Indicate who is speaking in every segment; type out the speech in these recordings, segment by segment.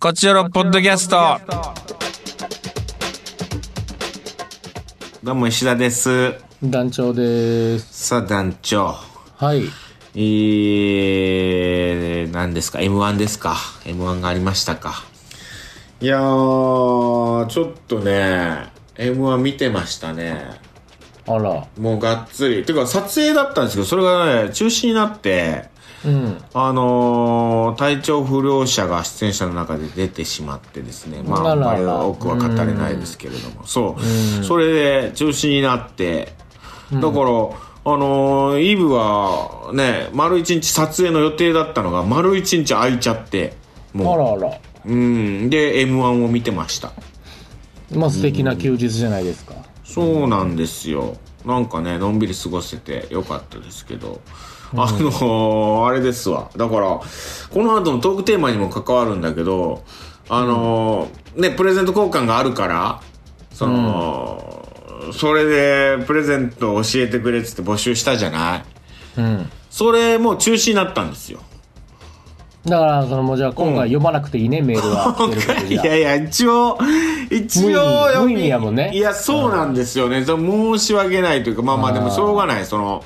Speaker 1: こちらのポッドキャスト。
Speaker 2: どうも石田です。
Speaker 3: 団長です。
Speaker 2: さあ団長。
Speaker 3: はい。
Speaker 2: えー、何ですか ?M1 ですか ?M1 がありましたかいやー、ちょっとね、M1 見てましたね。
Speaker 3: あら。
Speaker 2: もうがっつり。てか撮影だったんですけど、それがね、中止になって、
Speaker 3: うん。
Speaker 2: あのー、体調不良者が出演者の中で出てしまってですね。まあ、
Speaker 3: あらら
Speaker 2: あれは多くは語れないですけれども。そう。それで中止になって、だから、あのー、イブはね、丸一日撮影の予定だったのが、丸一日空いちゃって、
Speaker 3: あ
Speaker 2: も
Speaker 3: らあら。
Speaker 2: う、うん。で、M1 を見てました。
Speaker 3: まあ素敵な休日じゃないですか。
Speaker 2: そうなんですよ。なんかね、のんびり過ごせてよかったですけど。あのーあれですわ。だから、この後のトークテーマにも関わるんだけど、あのーね、プレゼント交換があるから、その、それでプレゼントを教えてくれっつって募集したじゃない
Speaker 3: うん。
Speaker 2: それもう中止になったんですよ。
Speaker 3: だから、その、もうじゃあ今回読まなくていいね、メール は。ということで
Speaker 2: い
Speaker 3: じゃあ
Speaker 2: やいや、一応、一応
Speaker 3: 無意味
Speaker 2: 読み
Speaker 3: 無意味やもんね
Speaker 2: いや、そうなんですよね。その申し訳ないというか、まあまあ、
Speaker 3: あー
Speaker 2: でもしょうがない。その、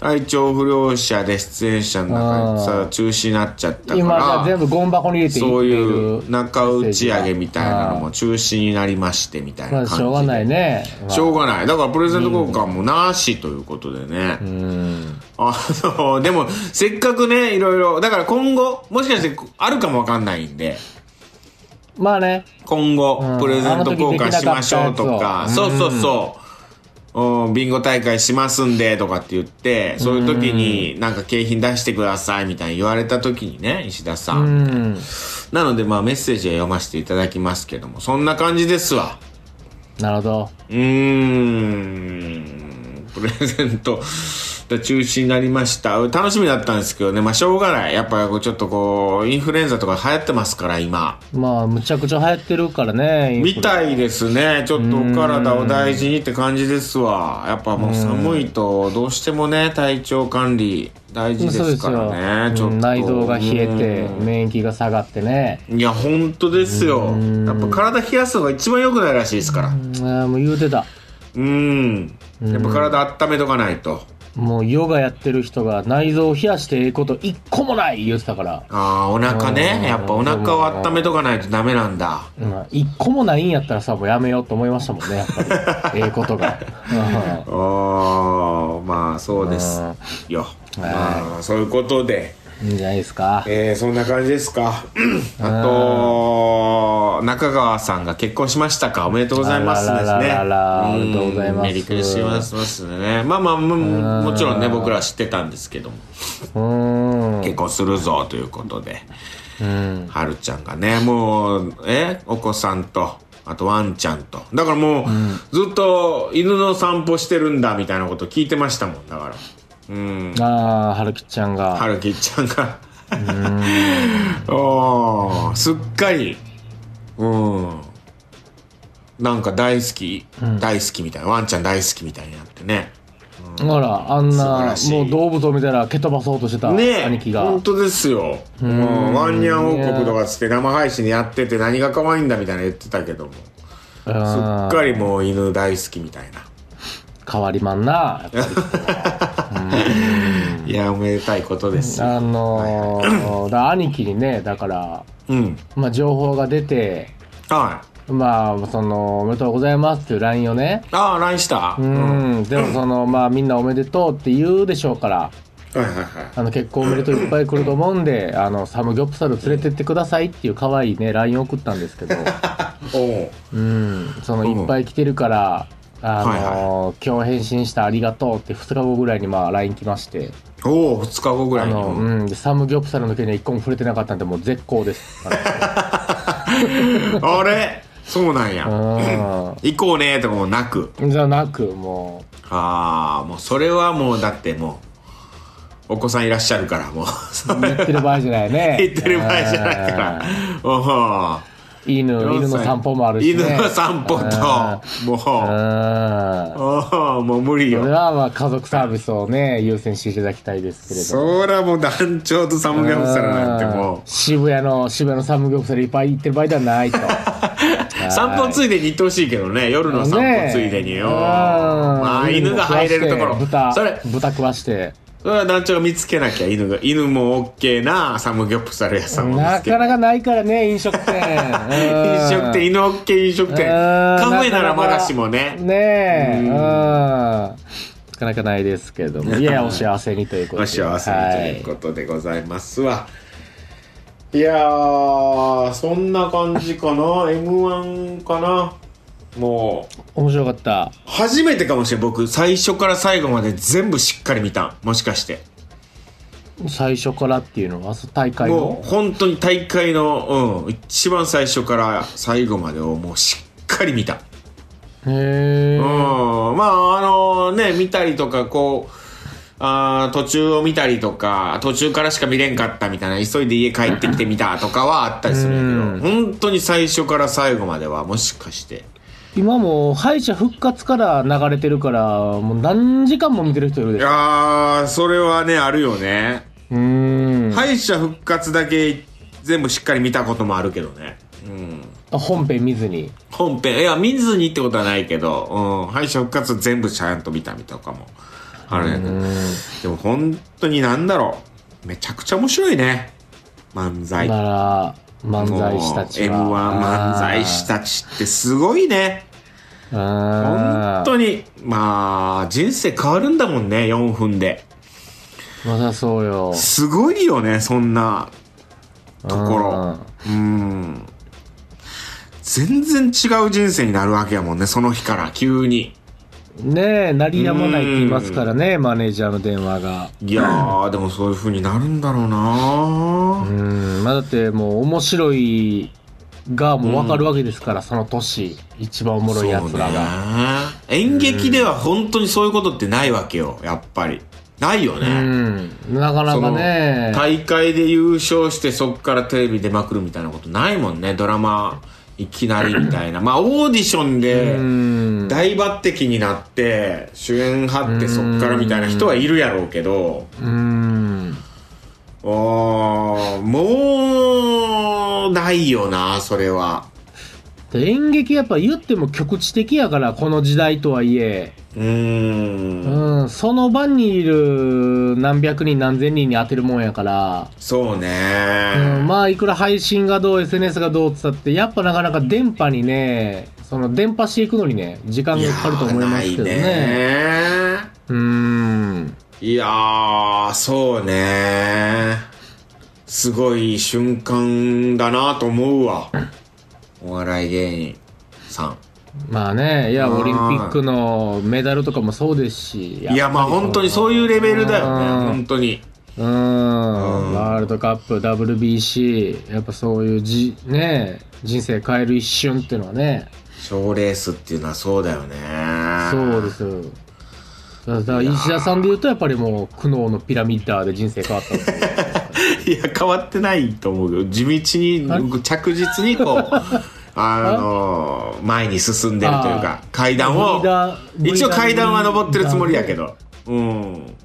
Speaker 2: 体調不良者で出演者の中に
Speaker 3: あ
Speaker 2: さ
Speaker 3: ー、
Speaker 2: 中止になっちゃったから。
Speaker 3: 今じゃあ全部ゴミ箱に入れてい
Speaker 2: そうい
Speaker 3: って
Speaker 2: う中打ち上げみたいなの
Speaker 3: あ
Speaker 2: も中止になりましてみたい
Speaker 3: ま
Speaker 2: な感
Speaker 3: あ
Speaker 2: じで。
Speaker 3: しょうがないね。
Speaker 2: しょうがない。だからプレゼント交換もなしということでね。
Speaker 3: うん。
Speaker 2: あの、でも、せっかくね、いろいろ、だから今後、もしかしてあるかもわかんないんで。
Speaker 3: まあね。
Speaker 2: 今後
Speaker 3: うん
Speaker 2: プレゼント交換しましょうとか
Speaker 3: あの時できなかったやつ
Speaker 2: そ
Speaker 3: を
Speaker 2: うそうそう、うん、ビンゴ大会しますんでとかって言ってそういう時になんか景品出してくださいみたいに言われた時にね石田さ
Speaker 3: うんん。
Speaker 2: なのでまあメッセージは読ませていただきますけどもそんな感じですわ
Speaker 3: なるほど。
Speaker 2: うーんプレゼント 中止になりました楽しみだったんですけどねまあしょうがないやっぱこうちょっとこうインフルエンザとか流行ってますから今
Speaker 3: まあ、むちゃくちゃ流行ってるからね。
Speaker 2: み
Speaker 3: い。
Speaker 2: たいですね。ちょっとお体を大事にって感じですわ。やっぱもう寒いとどうしてもね、体調管理大事で
Speaker 3: そうですす
Speaker 2: からね。ち
Speaker 3: よ。
Speaker 2: ょっ
Speaker 3: う
Speaker 2: と。
Speaker 3: ん内臓が冷え
Speaker 2: う
Speaker 3: て、免疫が下がってね。
Speaker 2: ん。いや、本当ですよ。やっぱ体冷やすのが一番良くないらしいですから。
Speaker 3: うんあーもう言うてた。
Speaker 2: うん。やっぱ体温めとかないと。
Speaker 3: もうヨガやってる人が内臓を冷やしてええこと一個もない言ってたから、
Speaker 2: ああ、お腹
Speaker 3: う
Speaker 2: ね。
Speaker 3: ん
Speaker 2: やっぱお腹を温めとかないとダメなんだ。
Speaker 3: うん、一個もないんやったらさもうやめようと思いましたもんねやっぱ りええことが、
Speaker 2: ああ、まあそうですよ。まあ、そういうことで。
Speaker 3: うん、いいんじゃないですか
Speaker 2: えー、そんな感じですか。あと、中川さんが結婚しましたかおめでとうございますですね。
Speaker 3: あらららら
Speaker 2: ん
Speaker 3: おめでとうございます
Speaker 2: メリークリスマスね。まあまあ、ももちろんね、僕ら知ってたんですけども、
Speaker 3: うーん
Speaker 2: 結婚するぞということで、
Speaker 3: うん
Speaker 2: はるちゃんがね、もう、え、お子さんと、あとワンちゃんと。だからもう、ずっと犬の散歩してるんだみたいなこと聞いてましたもん、だから。うん。
Speaker 3: ああはるきちゃんが
Speaker 2: はるきちゃんが おーすっかりうんなんか大好き、大好きみたいなワンちゃん大好きみたいになってね
Speaker 3: ほらあん
Speaker 2: 素晴
Speaker 3: な
Speaker 2: らしい
Speaker 3: もう動物を見たら蹴飛ばそうとしてた
Speaker 2: ね
Speaker 3: 兄貴が、
Speaker 2: 本当ですようんワンニャン王国とかつって生配信でやってて何が可愛いんだみたいな言ってたけどもす
Speaker 3: うん
Speaker 2: っかりもう犬大好きみたいな
Speaker 3: 変わりまんなやっぱ
Speaker 2: いやおめでたいことです
Speaker 3: りあのー、だ兄貴にねだから、
Speaker 2: うん
Speaker 3: まあ、情報が出て
Speaker 2: はい
Speaker 3: まあそのおめでとうございますっていう LINE をね
Speaker 2: ああ LINE した
Speaker 3: う
Speaker 2: はい
Speaker 3: ん、でもそのまあみんなおめでとうって言うでしょうから
Speaker 2: はいはい
Speaker 3: あの結婚おめでとういっぱい来ると思うんであのサムギョプサル連れてってくださいっていう可愛いね LINE 送ったんです けど
Speaker 2: おう
Speaker 3: うんそのいっぱい来てるからあの、今日返信したありがとうって2日後ぐらいにまあ LINE 来まして
Speaker 2: おう2日後ぐら
Speaker 3: あ
Speaker 2: いに
Speaker 3: の、うん、でサムギョプサルの件には1個も触れてなかったんでもう絶好です
Speaker 2: あれそうなん
Speaker 3: う
Speaker 2: や。
Speaker 3: ん
Speaker 2: 行こうねとかもなく。
Speaker 3: じゃなくも
Speaker 2: ああ、もうそれはもうだってもう、お子さんいらっしゃるから、もう、そう
Speaker 3: 言ってる場合じゃないね
Speaker 2: 言ってる場合じゃないから。おー
Speaker 3: 犬、
Speaker 2: 4歳
Speaker 3: 犬の散歩もあるし、ね。
Speaker 2: 犬の散歩と、
Speaker 3: うん。
Speaker 2: もう、
Speaker 3: うん
Speaker 2: ああ、もう無理
Speaker 3: そ
Speaker 2: よ。
Speaker 3: れはまあ家族サービスをね、優先していただきたいですけれども。
Speaker 2: そりゃもう団長とサムギャプサルなんて
Speaker 3: うん
Speaker 2: も
Speaker 3: 渋谷の、渋谷のサムギョプサルいっぱい行ってる場合ではな いと。
Speaker 2: う、散歩ついでに行ってほしいけどね、夜の散歩ついでによ。
Speaker 3: うん
Speaker 2: まあ、犬が入れるところ。
Speaker 3: 豚、
Speaker 2: それ、
Speaker 3: 豚食わして。
Speaker 2: それは団長が見つけなきゃ犬が、犬も OK なサムギョプサル屋さんを見
Speaker 3: な
Speaker 2: つけ
Speaker 3: かなかないからね、飲食店。うん
Speaker 2: 飲食店、犬 OK 飲食店。
Speaker 3: うん
Speaker 2: カフェならまだしもね。
Speaker 3: ねえ、うん。なかなかないですけれども。いや、お幸せにということ
Speaker 2: お
Speaker 3: で。
Speaker 2: 幸せにということでございますわ、い、やーそんな感じかな m 1かなもう
Speaker 3: 面白かった。
Speaker 2: 初めてかもしれん僕最初から最後まで全部しっかり見たもしかして
Speaker 3: 最初からっていうのは、そ大会
Speaker 2: も
Speaker 3: の
Speaker 2: う。本当に大会の、うん、一番最初から最後までをもうしっかり見た
Speaker 3: へえ。
Speaker 2: うん、まああのね見たりとかこうあー途中を見たりとか途中からしか見れんかったみたいな急いで家帰ってきてみたとかはあったりするんやけど本当に最初から最後まではもしかして
Speaker 3: 今もう敗者復活から流れてるから、もう何時間も見てる人いる
Speaker 2: い
Speaker 3: でしょ。
Speaker 2: やーそれはねあるよね、
Speaker 3: うーん。
Speaker 2: 敗者復活だけ全部しっかり見たこともあるけどねうん
Speaker 3: 本編見ずに。
Speaker 2: 本編いや見ずにってことはないけど、うん、敗者復活全部ちゃんと見たみたいとかもあるんやけどでも本当になんだろうめちゃくちゃ面白いね漫才
Speaker 3: なら、漫才師たちは。
Speaker 2: m 1漫才師たちってすごいね
Speaker 3: うん。
Speaker 2: 本当にまあ人生変わるんだもんね4分で
Speaker 3: まだそうよ。
Speaker 2: すごいよねそんなところうん全然違う人生になるわけやもんねその日から急に。
Speaker 3: うんねえ、鳴りやまないって言いますからね、マネージャーの電話が。
Speaker 2: いやー、でもそういう風になるんだろう
Speaker 3: う
Speaker 2: なー
Speaker 3: ん。まあだってもう面白いがもうわかるわけですから、その年。一番おもろい奴らが。
Speaker 2: そうね演劇では本当にそういうことってないわけよ、やっぱり。ないよ
Speaker 3: う
Speaker 2: ね。
Speaker 3: ん。なかな
Speaker 2: そ
Speaker 3: か
Speaker 2: の
Speaker 3: ね。
Speaker 2: 大会で優勝してそっからテレビ出まくるみたいなことないもんね、ドラマいきなりみたいな。まあオーディション
Speaker 3: う
Speaker 2: で
Speaker 3: ん。
Speaker 2: 大抜擢になって主演張ってそっからみたいな人はいるやろうけど、
Speaker 3: うん。
Speaker 2: あーもうないよな、それは。
Speaker 3: で演劇やっぱ言っても局地的やからこの時代とはいえ、
Speaker 2: うーん
Speaker 3: うん、その場にいる何百人何千人に当てるもんやから、
Speaker 2: そう
Speaker 3: う
Speaker 2: ね
Speaker 3: ん、。まあいくら配信がどう SNS がどうって言ったってやっぱなかなか電波にねその電波していくのにね時間がかかると思いますけどね
Speaker 2: いやーないう
Speaker 3: ーん
Speaker 2: ね。いやー、そうね。すごい瞬間だなと思うわ。お笑い芸人さん。
Speaker 3: まあねいや
Speaker 2: うん
Speaker 3: オリンピックのメダルとかもそうですし
Speaker 2: いや、まあ本当にそういうレベルだよね。
Speaker 3: うん
Speaker 2: 本当に。
Speaker 3: うんワールドカップ WBC やっぱそういうじね人生変える一瞬っていうのはね
Speaker 2: 賞レースっていうのはそうだよね。
Speaker 3: そうですよだから石田さんで言うとやっぱりもう苦悩のピラミッダーで人生変わったんですよ
Speaker 2: いや、変わってないと思うけど、地道に、着実にこ う、あのー前に進んでると いうか、階段を
Speaker 3: ブリー、ダー
Speaker 2: 一応階段は登ってるつもりやけ
Speaker 3: ど
Speaker 2: ど。うん。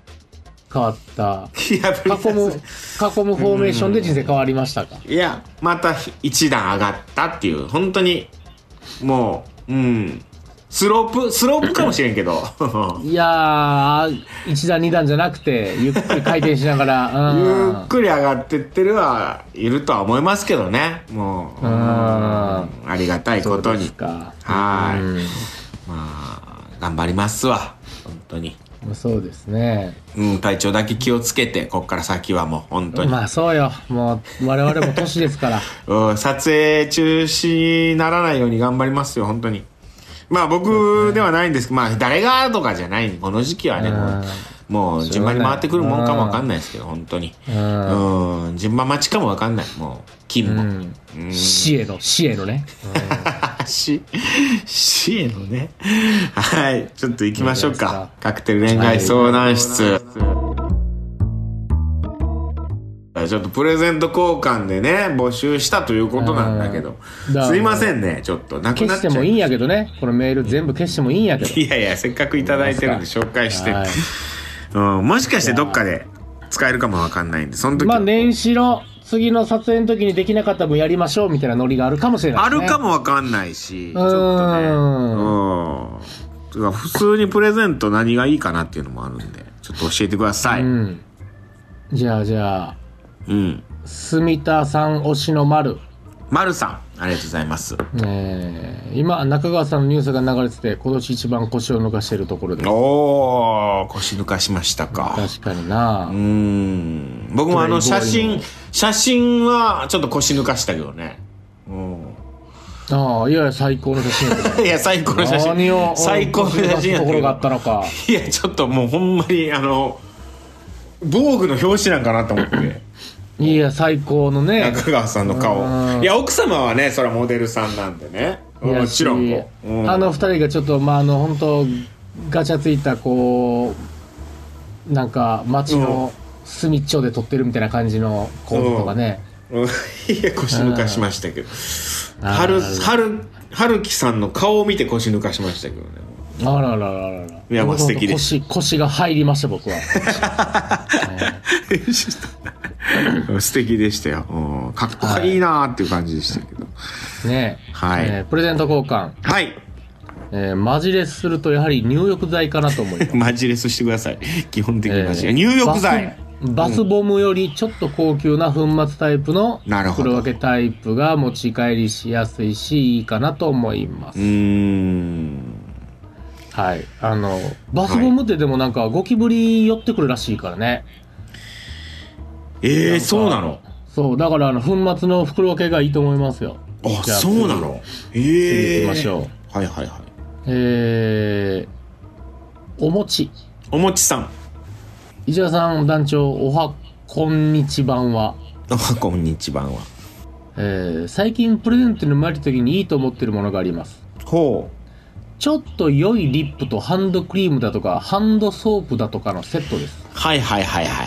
Speaker 3: 変わった
Speaker 2: いや、ブリ
Speaker 3: 囲む
Speaker 2: ザ
Speaker 3: 囲むフォーメーションで人生変わりましたか
Speaker 2: いや、また一段上がったっていう、本当に、もう、うん。スロープ、スロープかもしれんけど。
Speaker 3: いやー1段2段じゃなくてゆっくり回転しながらうん
Speaker 2: ゆっくり上がってってるは、いるとは思いますけどね。もう、うんありがたいこ
Speaker 3: そ
Speaker 2: と
Speaker 3: うで
Speaker 2: に
Speaker 3: す。か
Speaker 2: は
Speaker 3: う
Speaker 2: ーい。
Speaker 3: ん
Speaker 2: まあ、頑張りますわ。本当に。
Speaker 3: まあそうですね
Speaker 2: うん、体調だけ気をつけて、こっから先はもう、本当に。
Speaker 3: まあそうよもう我々も年ですから
Speaker 2: うん撮影中止にならないように頑張りますよ、本当に。まあ僕ではないんですけど、まあ誰がとかじゃない、この時期はね、もう、もう順番に回ってくるもんかもわかんないですけど、本当に。
Speaker 3: うん
Speaker 2: うん、順番待ちかもわかんない、もう、金も。うん
Speaker 3: 死への死へのね
Speaker 2: し、しへのね。はい。ちょっと行きましょう
Speaker 3: いい
Speaker 2: か
Speaker 3: で。
Speaker 2: カクテル恋愛相談室。ラちょっとプレゼント交換でね、募集したということなんだけど。
Speaker 3: うんだから
Speaker 2: すいませんね、ちょっと。なく
Speaker 3: 消
Speaker 2: なっ
Speaker 3: して
Speaker 2: ちゃ
Speaker 3: も
Speaker 2: う。
Speaker 3: いいんやけどね。このメール全部消してもいいんやけど。
Speaker 2: いやいや、せっかくいただいてるんで紹介して。
Speaker 3: はい
Speaker 2: うん、もしかしてどっかで使えるかもわかんないんで、その時、
Speaker 3: まあ年始の次の撮影の時にできなかった分やりましょうみたいなノリがあるかもしれない、
Speaker 2: あるか
Speaker 3: も。
Speaker 2: もわかんないし、ち
Speaker 3: う
Speaker 2: ょっとね。
Speaker 3: ん。
Speaker 2: うん。てか普通にプレゼント何がいいかなっていうのもあるんで、ちょっと教えてください。うん。
Speaker 3: うん。じゃあじゃあ、住田さん推しの丸。
Speaker 2: まるさん、ありがとうございます。
Speaker 3: えー、今、中川さんのニュースが流れてて、今年一番腰を抜かしてるところです。
Speaker 2: おー、腰抜かしましたか。
Speaker 3: 確かにな
Speaker 2: うーん。僕もあの
Speaker 3: プレ
Speaker 2: 写
Speaker 3: イボーイ
Speaker 2: 真、写真はちょっと腰抜かしたけどね。
Speaker 3: ああ、いやいや、最高の写真やけど
Speaker 2: いや、最高の写
Speaker 3: 何を
Speaker 2: 真。最高の写真や
Speaker 3: と
Speaker 2: っ
Speaker 3: ころがあ
Speaker 2: た
Speaker 3: っ
Speaker 2: け
Speaker 3: たのか。
Speaker 2: ど。いや、ちょっともうほんまに、あの、防具の表紙なんかなと思って。
Speaker 3: いや、最高のね。
Speaker 2: 中川さんの
Speaker 3: う
Speaker 2: 顔。
Speaker 3: ん
Speaker 2: いや、奥様はね、それはモデルさんなんでね。もちろん
Speaker 3: いや
Speaker 2: こ
Speaker 3: し
Speaker 2: う。うん
Speaker 3: あの二人がちょっと、まあ、あの、本当ガチャついた、こう、なんか、街の隅っちょで撮ってるみたいな感じの構図とかね。
Speaker 2: うん いや、腰抜かしましたけど。
Speaker 3: あー
Speaker 2: はる、はる、はるきさんの顔を見て腰抜かしましたけ どね。
Speaker 3: あらららららら。
Speaker 2: いやまあ素敵です
Speaker 3: 腰、腰が入りました、僕は。
Speaker 2: 素敵でしたよ。うんかっこいいなーっていう感じでしたけど。
Speaker 3: ね
Speaker 2: はい
Speaker 3: えープレゼント交換。
Speaker 2: はい。。
Speaker 3: えーマジレスするとやはり入浴剤かなと思います
Speaker 2: マジレスしてください。基本的にマジレス。
Speaker 3: えー
Speaker 2: 入浴剤。
Speaker 3: バスバスボムよりちょっと高級な粉末タイプの
Speaker 2: なるほど
Speaker 3: 袋分けタイプが持ち帰りしやすいしいいかなと思いま
Speaker 2: う
Speaker 3: す、
Speaker 2: ーん。
Speaker 3: はいあのバスボムってでもなんかゴキブリ寄ってくるらしいからね、
Speaker 2: ええー、そうなの
Speaker 3: そうだからあの粉末の袋分けがいいと思いますよ
Speaker 2: あ、
Speaker 3: じゃあ
Speaker 2: そうなのええー。
Speaker 3: 次行きましょ
Speaker 2: う。はいはいはい。
Speaker 3: えー、お餅
Speaker 2: おもちさん。
Speaker 3: 石田さん団長おはこんにちばんは
Speaker 2: おは こんにちばんは。
Speaker 3: えー最近プレゼントに参るときにいいと思ってるものがあります
Speaker 2: ほ
Speaker 3: ちょっと良いリップとハンドクリームだとかハンドソープだとかのセットです
Speaker 2: う。はいはいはいはいはい。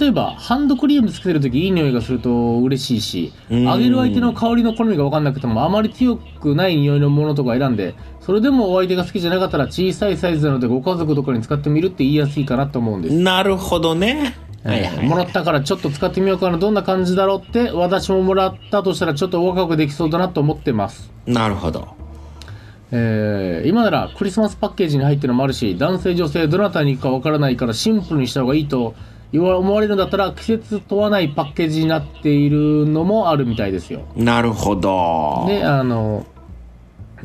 Speaker 3: 例えばハンドクリームつけてるときいい匂いがすると嬉しいし
Speaker 2: うん
Speaker 3: あげる相手の香りの好みが分かんなくてもあまり強くない匂いのものとか選んでそれでもお相手が好きじゃなかったら小さいサイズなのでご家族とかに使ってみるって言いやすいかなと思うんです
Speaker 2: なるほどね。
Speaker 3: えーもらったからちょっと使ってみようかなどんな感じだろうって私ももらったとしたらちょっと若くできそうだなと思ってます
Speaker 2: なるほど。
Speaker 3: えー今ならクリスマスパッケージに入ってるのもあるし男性女性どなたに行くかわからないからシンプルにした方がいいと言わ思われるんだったら季節問わないパッケージになっているのもあるみたいですよ
Speaker 2: なるほど。
Speaker 3: であの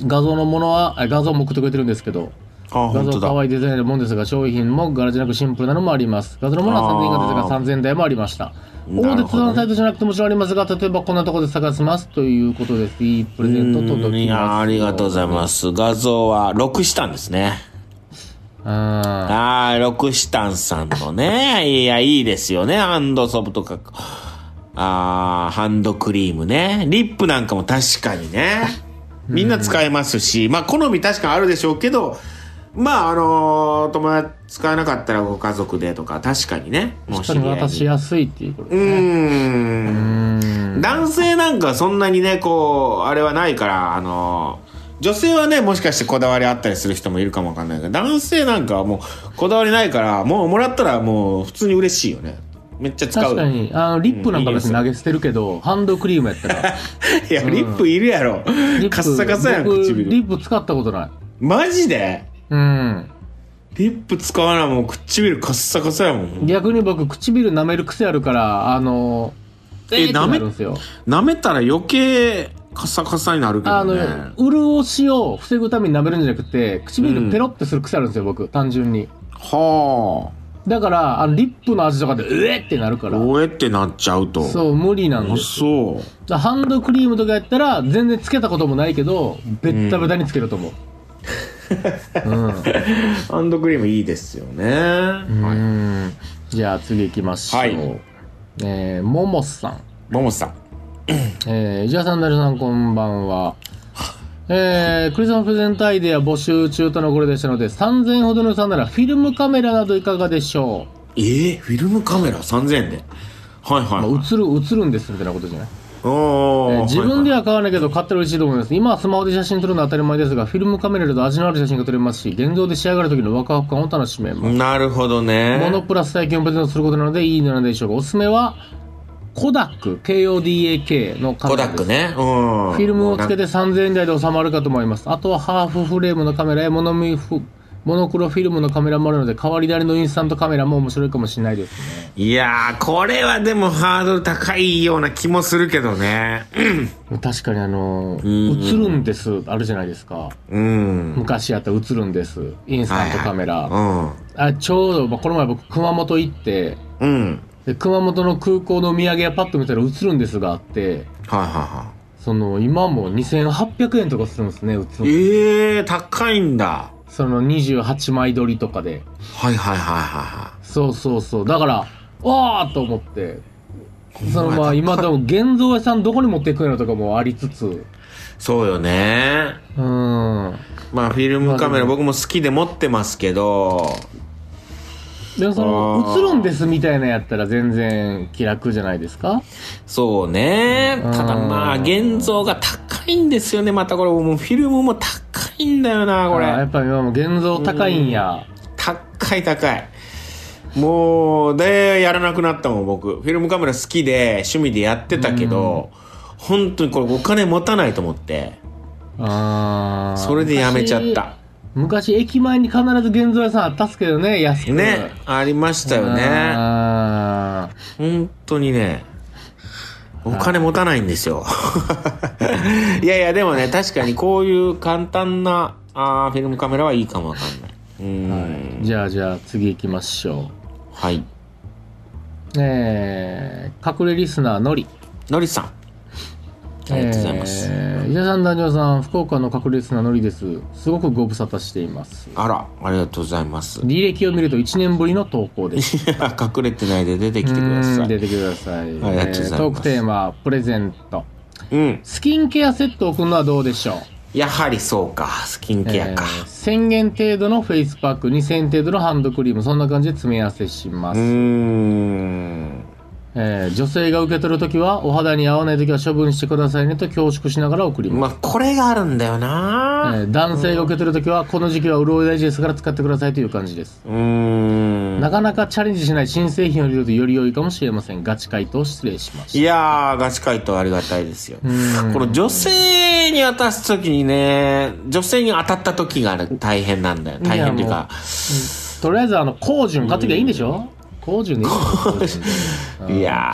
Speaker 3: 画像のものはあ画像も送ってくれてるんですけど
Speaker 2: あ、
Speaker 3: 画
Speaker 2: 本当
Speaker 3: 像可
Speaker 2: だ。
Speaker 3: 愛いデザインのもんですが商品も柄じゃなくシンプルなのもあります画像のものは3000円がですが3000台もありました
Speaker 2: な
Speaker 3: 大
Speaker 2: る
Speaker 3: 手
Speaker 2: ほ
Speaker 3: 通
Speaker 2: どね
Speaker 3: 販サイトじゃなくてもちろんありますが例えばこんなところで探しますということですいいプレゼント
Speaker 2: う
Speaker 3: 届
Speaker 2: んい
Speaker 3: きます
Speaker 2: やありがとうございます。画像は、六シタンですね。
Speaker 3: うん
Speaker 2: ああ、六シタンさんの ね。いや、いいですよね。ハンドソープとか。ああ、ハンドクリームね。リップなんかも確かにね。 みんな使えますし、まあ、好み確かあるでしょうけど、まあ、あのー友達使えなかったらご家族でとか、確かにね。もう
Speaker 3: 人に渡し
Speaker 2: う
Speaker 3: やすいっていうことですね。
Speaker 2: ーん。
Speaker 3: うん。
Speaker 2: 男性なんかそんなにねこうあれはないからあの女性はねもしかしてこだわりあったりする人もいるかもわかんないけど男性なんかはもうこだわりないからもうもらったらもう普通に嬉しいよねめっちゃ使う
Speaker 3: 確かに、あの、リップなんか別に投げ捨てるけど、ハンドクリームやったら、
Speaker 2: いやリップいるやろ、
Speaker 3: リップ、
Speaker 2: カッサカサやん
Speaker 3: 僕リ
Speaker 2: 唇
Speaker 3: ップ使ったことない。
Speaker 2: マジで
Speaker 3: うん。
Speaker 2: リップ使わなもう唇カッサカサやもん
Speaker 3: 逆に僕、唇舐める癖あるから、あの、
Speaker 2: え
Speaker 3: ーってなるんですよ。
Speaker 2: 舐めたら余計カッサカサになるけ
Speaker 3: あ
Speaker 2: ど
Speaker 3: の
Speaker 2: ね、
Speaker 3: 潤しを防ぐために舐めるんじゃなくて、唇ペロってする癖あるんですよ、僕、単純に。
Speaker 2: は
Speaker 3: だから、あの、リップの味とかで、うえってなるか
Speaker 2: あ
Speaker 3: ら。
Speaker 2: おえってなっちゃうと
Speaker 3: そう、無理なん
Speaker 2: あ
Speaker 3: です
Speaker 2: そう
Speaker 3: だからハンドクリームとかやったら全然つけたこともないけどベッタベタにつけると思う、うん
Speaker 2: ハンドクリームいいですよね。はい。
Speaker 3: うんじゃあ次行きましょう、
Speaker 2: はい
Speaker 3: えー、ももさん
Speaker 2: ももさん。
Speaker 3: えー、石田さん、ダルさん、こんばんは。えー、クリスマスプレゼントアイデア募集中とのこれでしたので、3000円ほどの予算ならフィルムカメラなどいかがでしょう
Speaker 2: えー、フィルムカメラ3000円で。はいはい、
Speaker 3: ま
Speaker 2: は
Speaker 3: あ、
Speaker 2: い。
Speaker 3: 映る映るんですみたいなことじゃない、
Speaker 2: お
Speaker 3: えー
Speaker 2: ー
Speaker 3: 自分で
Speaker 2: はい
Speaker 3: は買わないけど買ったら嬉しいと思います今はスマホで写真撮るのは当たり前ですがフィルムカメラだと味のある写真が撮れますし現像で仕上がる時のワクワク感を楽しめます
Speaker 2: はいなるほど
Speaker 3: モノ
Speaker 2: ね。
Speaker 3: プラス体験をプレゼントすることなのでいいのではないでしょうかおすすめはコダック KODAK のカ
Speaker 2: コ
Speaker 3: メラ
Speaker 2: ダッ
Speaker 3: です
Speaker 2: クね。うん。
Speaker 3: フィルムをつけ
Speaker 2: て。
Speaker 3: て3000円台で収まるかと思いますあとはハーフフレームのカメラやモノミフモノクロフィルムのカメラもあるので代わり種のインスタントカメラも面白いかもしれないですね
Speaker 2: いやー、これはでもハードル高いような気もするけどね。
Speaker 3: 確かにあの
Speaker 2: ん
Speaker 3: 映るんですあるじゃないですか
Speaker 2: うん。
Speaker 3: 昔やった映るんですインスタントカメラ、
Speaker 2: うん。
Speaker 3: あちょうど、まあこの前僕熊本行って
Speaker 2: うん。
Speaker 3: で熊本の空港のお土産屋パッと見たら映るんですがあって
Speaker 2: はいはいは
Speaker 3: その今も2800円とかするんですねうつ
Speaker 2: い。ええー、高いんだ。
Speaker 3: その28枚撮りとかで
Speaker 2: はいはいはいは
Speaker 3: そうそうそうだからわあと思ってそ
Speaker 2: ほん
Speaker 3: の
Speaker 2: まや
Speaker 3: まあ今でも現像屋さんどこに持っていくんやろとかもありつつう
Speaker 2: い。そうよね。
Speaker 3: ーん
Speaker 2: まあフィルムカメラ僕も好きで持ってますけど、
Speaker 3: でもそ
Speaker 2: あ
Speaker 3: の
Speaker 2: ー
Speaker 3: 映るんですみたいなやったら全然気楽じゃないですか
Speaker 2: そうね。
Speaker 3: うん
Speaker 2: ただまあ現像が高いんですよね。またこれもうフィルムも高いんだよな、こ
Speaker 3: あーや
Speaker 2: れ。
Speaker 3: っぱ今も現像高いんや
Speaker 2: 高い高い。もう、で、やらなくなったもん、僕。フィルムカメラ好きで、趣味でやってたけど、本当にこれお金持たないと思って、
Speaker 3: あー
Speaker 2: それでやめちゃった。
Speaker 3: 昔昔駅前に必ず現像屋さんあったっすけどね安く
Speaker 2: ね、ありましたよね。
Speaker 3: あー
Speaker 2: 本当にね、お金持たないんですよ。いやいや、でもね、確かにこういう簡単なあーフィルムカメラはいいかもわかんない。うーん。
Speaker 3: じゃあじゃあ次行きましょ
Speaker 2: はい。
Speaker 3: う。えー、隠れリスナーのり。
Speaker 2: のりさん。ありがとうございます。
Speaker 3: えー、伊沢さん、男女さん、福岡の隠れリスナーのりです。すごくご無沙汰しています。
Speaker 2: あら、ありがとうございます。
Speaker 3: 履歴を見ると1年ぶりの投稿です。
Speaker 2: いや隠れてないで 出てきてくだ
Speaker 3: う
Speaker 2: さ
Speaker 3: ーん出
Speaker 2: い。
Speaker 3: てください。え
Speaker 2: がとうございます
Speaker 3: ートークテーマ、プレゼント。
Speaker 2: うん。
Speaker 3: スキンケアセットを送るのはどうでしょう
Speaker 2: やはりそうか。スキンケアか。
Speaker 3: えー1000円程度のフェイスパック、2000円程度のハンドクリーム、そんな感じで詰め合わせします。
Speaker 2: うーん。
Speaker 3: えー女性が受け取るときは、お肌に合わないときは処分してくださいねと恐縮しながら送ります。
Speaker 2: まあ、これがあるんだよ
Speaker 3: え
Speaker 2: な。
Speaker 3: ー男性が受け取るときは、この時期は潤い大事ですから使ってくださいという感じです。
Speaker 2: うーん。
Speaker 3: なかなかチャレンジしない新製品を入れるとより良いかもしれません。ガチ回答失礼しまし
Speaker 2: いやー、ガチ回答ありがたいですよ。
Speaker 3: ん
Speaker 2: この女性に渡すときにね、女性に当たったときがね大変なんだよ。大変っていうか。
Speaker 3: た。とりあえず、あの、高順買っときゃいいんでしょ高順でいいよ高順で
Speaker 2: いや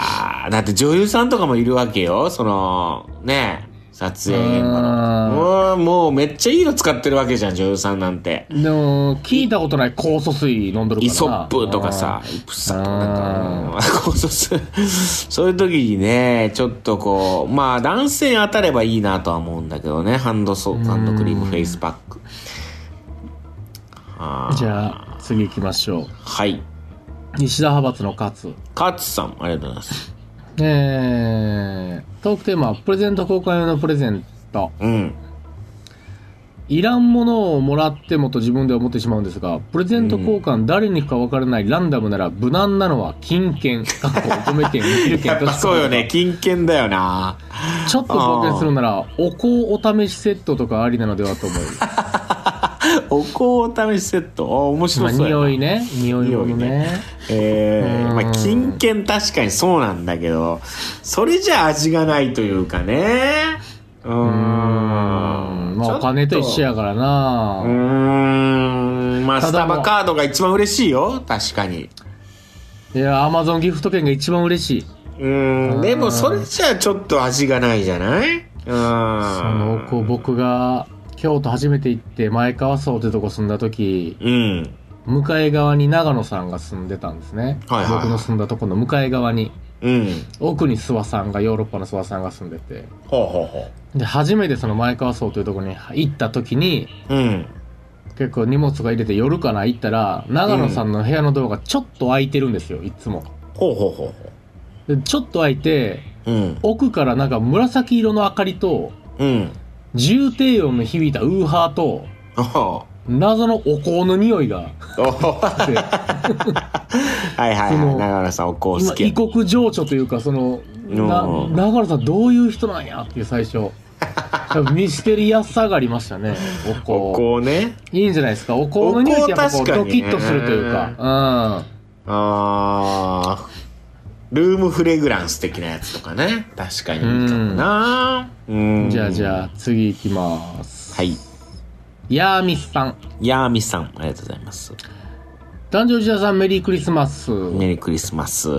Speaker 2: ー、だって女優さんとかもいるわけよ。その、ね、撮影現場
Speaker 3: うん
Speaker 2: の。もう、もうめっちゃいいの使ってるわけじゃん、女優さんなんて。
Speaker 3: でも、聞いたことない酵素水飲んどるからな。
Speaker 2: イソップとかさ、イプサとかなんか、 こうそうそうそういう時にね、ちょっとこう、まあ男性に当たればいいなとは思うんだけどね、ハンドソープ、ハンドクリーム、フェイスパック。は
Speaker 3: うん。
Speaker 2: あ
Speaker 3: じゃあ、次行きましょう。
Speaker 2: はい。
Speaker 3: 西田派閥の勝。
Speaker 2: カツさん、ありがとうございます。
Speaker 3: えー、トークテーマはプレゼント交換用のプレゼント
Speaker 2: うん。
Speaker 3: いらんものをもらってもと自分では思ってしまうんですがプレゼント交換誰に行くか分からないランダムなら無難なのは金券かっこお米券見切る
Speaker 2: や
Speaker 3: 券
Speaker 2: っぱそうよね、金券だよな。
Speaker 3: ちょっと貢献するならお香お試しセットとかありなのでは と思います
Speaker 2: お香お試しセット。あ、面
Speaker 3: まあ
Speaker 2: 白そうやな。
Speaker 3: 匂いね匂いものね
Speaker 2: 匂えー、まあ金券確かにそうなんだけど、それじゃ味がないというかね。うー
Speaker 3: うん
Speaker 2: ん。
Speaker 3: まあお金と一緒
Speaker 2: や。
Speaker 3: やから
Speaker 2: うー。
Speaker 3: なん
Speaker 2: まあ
Speaker 3: た
Speaker 2: ス
Speaker 3: だ
Speaker 2: タ
Speaker 3: もう
Speaker 2: バカードが一番嬉しいよ。確かに。
Speaker 3: いやアマゾンギフト券が一番嬉しいう
Speaker 2: ーん。でもそれじゃちょっと味がないじゃないうん。
Speaker 3: そのこう僕が京都初めて行って前川荘ってとこ住んだ時
Speaker 2: うん。
Speaker 3: 向かい側に長野さんが住んでたんですね、
Speaker 2: はいはいはい
Speaker 3: 僕の住んだとこの向かい側に
Speaker 2: うん。
Speaker 3: 奥に諏訪さんがヨーロッパの諏訪さんが住んでて
Speaker 2: ほうほうほ
Speaker 3: で初めてその前川荘というとこに行った時に
Speaker 2: う。うん。
Speaker 3: 結構荷物が入れて夜かな行ったら長野さんの部屋のドアがちょっと開いてるんですよいつも
Speaker 2: ほうほうほうほ
Speaker 3: でちょっと開いて
Speaker 2: う。うん。
Speaker 3: 奥からなんか紫色の明かりと
Speaker 2: うん。
Speaker 3: 重低音の響いたウーハーと
Speaker 2: ああ。
Speaker 3: 謎のお香の匂いが
Speaker 2: おは
Speaker 3: して
Speaker 2: いはいはい
Speaker 3: その
Speaker 2: 永原さんお香好
Speaker 3: 今
Speaker 2: きや
Speaker 3: 異国情緒というかそのな
Speaker 2: うん
Speaker 3: 長野さんどういう人なんやっていう最初多分ミステリアスさがありましたねお香
Speaker 2: お香ね
Speaker 3: いいんじゃないですかお香の匂いってやっぱこ
Speaker 2: お
Speaker 3: う
Speaker 2: 香確
Speaker 3: ド
Speaker 2: か
Speaker 3: キ
Speaker 2: に
Speaker 3: ッとするというか
Speaker 2: あールームフレグランス的なやつとかね確かにいいかもなうん
Speaker 3: うんじゃあじ
Speaker 2: あ
Speaker 3: ゃあ次いきます
Speaker 2: はい
Speaker 3: ヤーミスさん
Speaker 2: ヤーミさんありがとうございます
Speaker 3: 誕生日屋さんメリークリスマス、
Speaker 2: メリークリスマス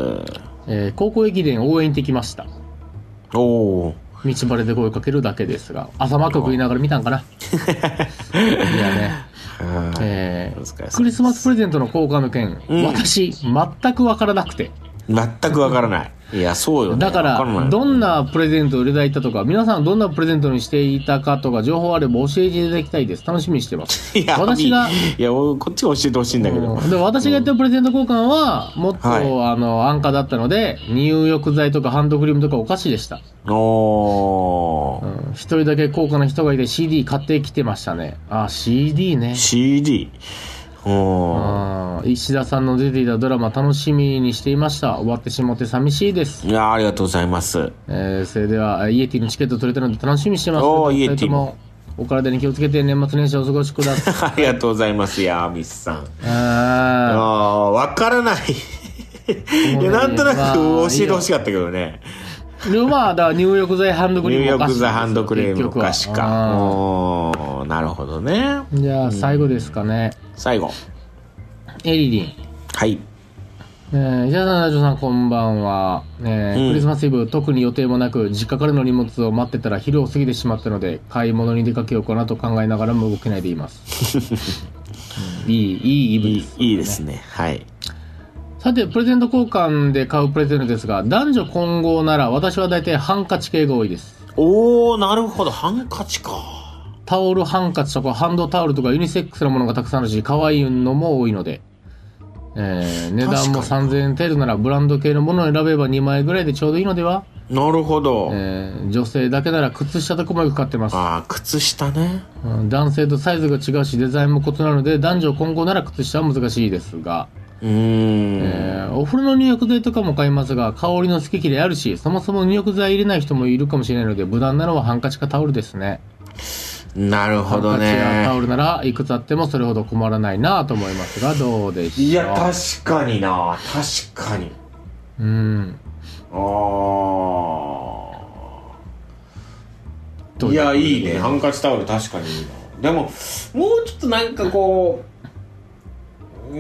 Speaker 3: えー高校駅伝応援行ってきました
Speaker 2: おお
Speaker 3: 道晴れで声かけるだけですが朝マック食いながら見たん かないやね
Speaker 2: ー
Speaker 3: え
Speaker 2: お疲れ様で
Speaker 3: ー、
Speaker 2: す
Speaker 3: クリスマスプレゼントの交換の件、
Speaker 2: うん
Speaker 3: 私全くわからなくて
Speaker 2: 全くわからないいやそうよ、ね、
Speaker 3: だか
Speaker 2: わんな
Speaker 3: ら
Speaker 2: い
Speaker 3: どんなプレゼントをいただいたとか皆さんどんなプレゼントにしていたかとか情報あれば教えていただきたいです楽しみにしてます
Speaker 2: い や
Speaker 3: 私が
Speaker 2: いいいやおこっちが教えてほしいんだけど、
Speaker 3: うんでも私がやってるプレゼント交換はもっと、
Speaker 2: はい
Speaker 3: あの安価だったので入浴剤とかハンドクリームとかお菓子でした
Speaker 2: お
Speaker 3: う
Speaker 2: ー、
Speaker 3: ん一人だけ高価な人がいて CD 買ってきてましたねあ CD ね
Speaker 2: CD おー
Speaker 3: あー石田さんの出ていたドラマ楽しみにしていました終わってしまって寂しいです、
Speaker 2: いやありがとうございます
Speaker 3: えーそれではえーイエティのチケット取れたので楽しみにしてます
Speaker 2: おーイ
Speaker 3: 二人
Speaker 2: エティ
Speaker 3: ともお体に気をつけて年末年始お過ごしくださ い
Speaker 2: ありがとうございますヤーミスさんあ
Speaker 3: あ
Speaker 2: あわからない
Speaker 3: もう
Speaker 2: い
Speaker 3: ね
Speaker 2: やなんとなく
Speaker 3: まあ
Speaker 2: 教えてほしかったけどね、
Speaker 3: ーでもまあだから入浴剤ハンドクリーム
Speaker 2: 入
Speaker 3: お菓子
Speaker 2: 浴剤ハンドクリームお菓子
Speaker 3: 結局は
Speaker 2: か
Speaker 3: あ
Speaker 2: おーなるほどね
Speaker 3: ーじゃあ最後ですかね
Speaker 2: 最後
Speaker 3: エリリン
Speaker 2: はい
Speaker 3: えー、じゃあさん、ラジオさん、こんばんは、えー
Speaker 2: うん
Speaker 3: クリスマスイブ、特に予定もなく、実家からの荷物を待ってたら昼を過ぎてしまったので、買い物に出かけようかなと考えながらも動けないでいます。 うんいい、いいイブ
Speaker 2: い
Speaker 3: で
Speaker 2: い
Speaker 3: す、
Speaker 2: いいですねはい
Speaker 3: さて、プレゼント交換で買うプレゼントですが、男女混合なら、私は大体ハンカチ系が多いです。
Speaker 2: おおなるほどハンカチか
Speaker 3: タオルハンカチとか、ハンドタオルとか、ユニセックスのものがたくさんあるし、可愛いのも多いので、えー値段も
Speaker 2: 確かに
Speaker 3: 3000円程度なら、ブランド系のものを選べば2枚ぐらいでちょうどいいのでは
Speaker 2: なるほど、
Speaker 3: えー女性だけなら靴下とかもよく買ってます、
Speaker 2: ああ靴下ね
Speaker 3: うん男性とサイズが違うしデザインも異なるので男女混合なら靴下は難しいですが、
Speaker 2: うーん、
Speaker 3: えーお風呂の入浴剤とかも買いますが香りの好き嫌いあるしそもそも入浴剤入れない人もいるかもしれないので無難なのはハンカチかタオルですね
Speaker 2: なる
Speaker 3: ハ
Speaker 2: ほ
Speaker 3: ン
Speaker 2: ど
Speaker 3: カチやタオ
Speaker 2: ね
Speaker 3: ルならいくつあってもそれほど困らないなと思いますがどうでしょう
Speaker 2: いや確かにな確かに
Speaker 3: うん
Speaker 2: ああい
Speaker 3: どういうこ
Speaker 2: や
Speaker 3: とで
Speaker 2: いいねハンカチタオル確かにいいなでももうちょっとなんかこう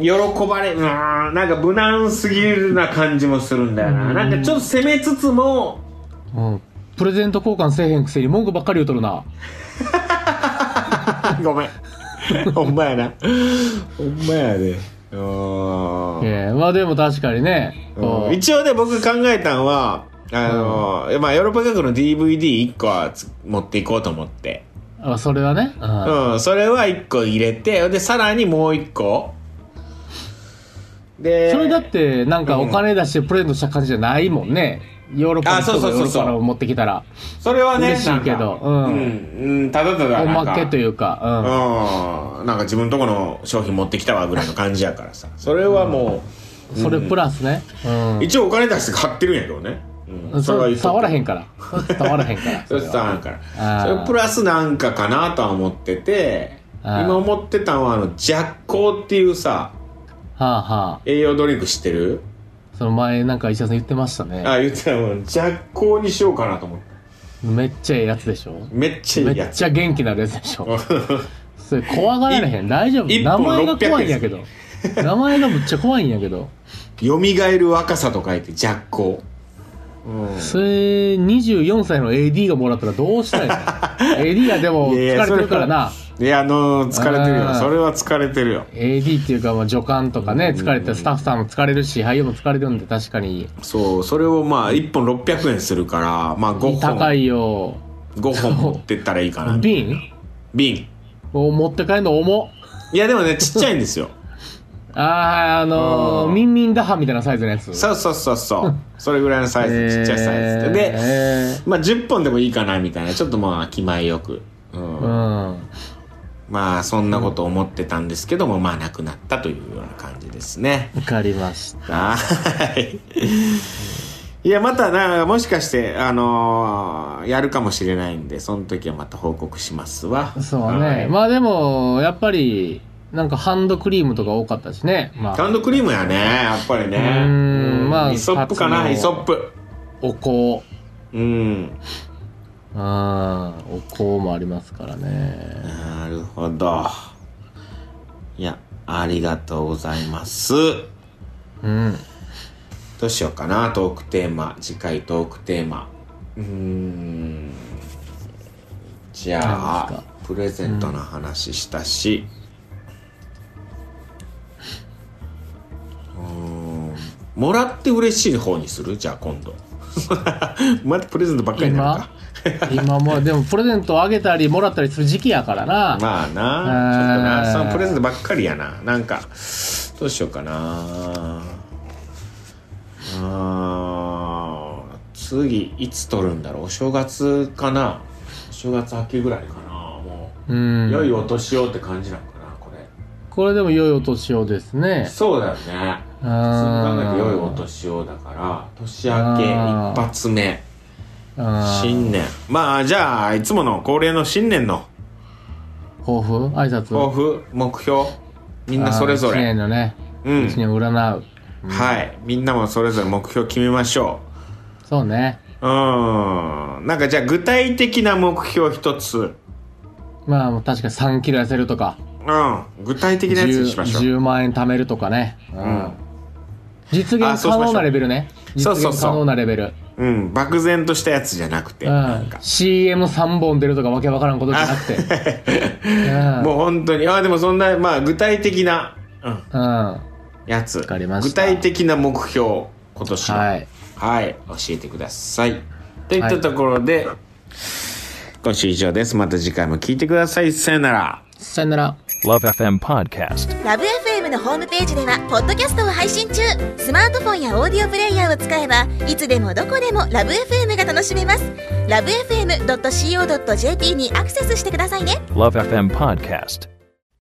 Speaker 2: 喜ばれうーんなんか無難すぎるな感じもするんだよななんかちょっと攻めつつも
Speaker 3: うんプレゼント交換せえへんくせに文句ばっかり言うとるな
Speaker 2: あご めんほんまやなほんまやであー
Speaker 3: えーまあでも確かにねこう
Speaker 2: 一応ね僕考えたんはあの、まあヨーロッパ各国の DVD1 個はつ持っていこうと思って
Speaker 3: あそれはね、うん
Speaker 2: うんそれは1個入れてでさらにもう1個で
Speaker 3: それだってなんかお金出してプレゼントした感じじゃないもんね、ヨーロッパの人
Speaker 2: あそ
Speaker 3: が
Speaker 2: う
Speaker 3: ヨ
Speaker 2: そ
Speaker 3: ー
Speaker 2: う
Speaker 3: ロ
Speaker 2: そうそう
Speaker 3: ッパから持ってきたら
Speaker 2: それはね
Speaker 3: 嬉しいけ
Speaker 2: な
Speaker 3: ど
Speaker 2: んか
Speaker 3: うん
Speaker 2: うんうんただただ
Speaker 3: お
Speaker 2: なんか
Speaker 3: まけという
Speaker 2: うん
Speaker 3: か、
Speaker 2: なんか自分とこの商品持ってきたわぐらいの感じやからさそれはも
Speaker 3: うん、それプラスね、うん
Speaker 2: う、一応お金出して買ってるんやけどね、うん、
Speaker 3: それ
Speaker 2: 一緒
Speaker 3: 伝わらへんからそれ伝わらへんから
Speaker 2: それ
Speaker 3: それ
Speaker 2: 伝
Speaker 3: は
Speaker 2: わらんか
Speaker 3: あ
Speaker 2: ら
Speaker 3: ー
Speaker 2: それプラスなんかかなとは思ってて
Speaker 3: あー
Speaker 2: 今思ってたのはあのジャッコっていうさ
Speaker 3: はあは
Speaker 2: 栄養ドリンク知ってる
Speaker 3: あその前なんか石田さん言ってましたね
Speaker 2: あ言ってたもんジャッコにしようかなと思って
Speaker 3: めっちゃええやつでしょ
Speaker 2: めっちゃ
Speaker 3: め
Speaker 2: いいや
Speaker 3: っ
Speaker 2: つ
Speaker 3: ちゃ元気なるやつで しょそれ怖がられへん大丈夫
Speaker 2: 一
Speaker 3: 名前が
Speaker 2: 一本600
Speaker 3: 怖いんやけど名前がむっちゃ怖いんやけど
Speaker 2: よみがえる若さと書いてジャッコうん
Speaker 3: それ24歳の AD がもらったらど うしたいの AD はでも
Speaker 2: いや
Speaker 3: 疲
Speaker 2: いや
Speaker 3: れてるからない
Speaker 2: やあのー疲れてるよ
Speaker 3: あー
Speaker 2: それは疲れてるよ
Speaker 3: AD っていうか、まあ、助監とかね、疲れて、スタッフさんも疲れるし、俳優も疲れるんで、確かに、
Speaker 2: そうそれをまあ1本600円するからまあ5
Speaker 3: 高
Speaker 2: 本
Speaker 3: いよ。
Speaker 2: 5本持ってったらいいかな
Speaker 3: 瓶
Speaker 2: 瓶
Speaker 3: を持って帰るの重っ。
Speaker 2: いやでもねちっちゃいんですよ
Speaker 3: ああ、あ
Speaker 2: あ
Speaker 3: のー、
Speaker 2: ー
Speaker 3: ミンミンダハみたいなサイズのや つ。
Speaker 2: そうそうそうそう。それぐらいのサイズ、ちっちゃいサイズで。で、
Speaker 3: えー
Speaker 2: まあ10本でもいいかなみたいな、ちょっとまあ気前よく。う。
Speaker 3: うんん。
Speaker 2: まあそんなこと思ってたんですけども、まあ亡くなったというような感じですね。
Speaker 3: わかりました。
Speaker 2: はい。いや、またな、もしかして、あのーやるかもしれないんで、その時はまた報告しますわ。
Speaker 3: そう
Speaker 2: は
Speaker 3: ね。
Speaker 2: い
Speaker 3: まあでも、やっぱり、なんかハンドクリームとか多かったしね。ま
Speaker 2: ハ
Speaker 3: あ、
Speaker 2: ンドクリームやね、やっぱりね。
Speaker 3: ーんまあ
Speaker 2: イソップか
Speaker 3: カツ
Speaker 2: な、
Speaker 3: の
Speaker 2: イソップ。
Speaker 3: お香。
Speaker 2: うん。
Speaker 3: うん、お香もありますからね。
Speaker 2: なるほど。いや、ありがとうございます。
Speaker 3: うん。
Speaker 2: どうしようかな、トークテーマ。次回トークテーマ。うーん。じゃ
Speaker 3: 何で
Speaker 2: あ
Speaker 3: す、
Speaker 2: プレゼントの話したし。うーんもらって嬉しい方にするじゃあ今度。 またプレゼントばっかりになるか
Speaker 3: 今。今もう、でもプレゼントをあげたりもらったりする時期やから な。
Speaker 2: まあなちょっとなそのプレゼントばっかりやななんかどうしようかなあー次いつ取るんだろうお正月かなお正月明けぐらいかなも
Speaker 3: う
Speaker 2: う、
Speaker 3: ん。
Speaker 2: 良いお年をって感じなのかなこれ
Speaker 3: これでも良いお年をですね。
Speaker 2: そうだよね
Speaker 3: う
Speaker 2: 普通に考えて良いお
Speaker 3: ん。
Speaker 2: 年をだから年明け
Speaker 3: あー
Speaker 2: 一発目
Speaker 3: うん
Speaker 2: 新年まあじゃあいつもの恒例の新年の
Speaker 3: 抱負挨拶
Speaker 2: 抱負目標みんなそれぞ
Speaker 3: あー一
Speaker 2: れ
Speaker 3: 年のね、
Speaker 2: うん
Speaker 3: 一年を占う。
Speaker 2: はい。みんなもそれぞれ目標決めましょ
Speaker 3: そうね。
Speaker 2: う。うーん。なんかじゃあ具体的な目標一つ。
Speaker 3: まあ、もう確かに3キロ痩せるとか、
Speaker 2: うん。具体的なやつにしましょう。
Speaker 3: 10万円貯めるとかね。う
Speaker 2: うん。
Speaker 3: 実
Speaker 2: あ
Speaker 3: 現
Speaker 2: そうし
Speaker 3: 可
Speaker 2: ましょう
Speaker 3: 能なレベルね。実
Speaker 2: そうそう
Speaker 3: 現
Speaker 2: そう
Speaker 3: 可能なレベル。
Speaker 2: うん。漠然としたやつじゃなくて。
Speaker 3: う
Speaker 2: なん
Speaker 3: ん
Speaker 2: か。。
Speaker 3: CM3 本出るとかわけわからんことじゃなくて。 うん。
Speaker 2: もう本当に。あ、でもそんな、まあ具体的な、うん。
Speaker 3: うん。は
Speaker 2: やつ。
Speaker 3: かりま
Speaker 2: 具
Speaker 3: した
Speaker 2: 体的な目標、今年の。
Speaker 3: い。
Speaker 2: はい、教えてください。といったところで、今週以上です。また次回も聞いてください。さよなら。
Speaker 3: さよなら。
Speaker 1: Love FM Podcast.
Speaker 4: ラブ f m のホームページではポッドキャストを配信中スマートフォンやオーディオプレイヤーを使えばいつでもどこでもラブ f m が楽しめますラブ FM.co.jp にアクセスしてくださいね
Speaker 1: Love FM Podcast.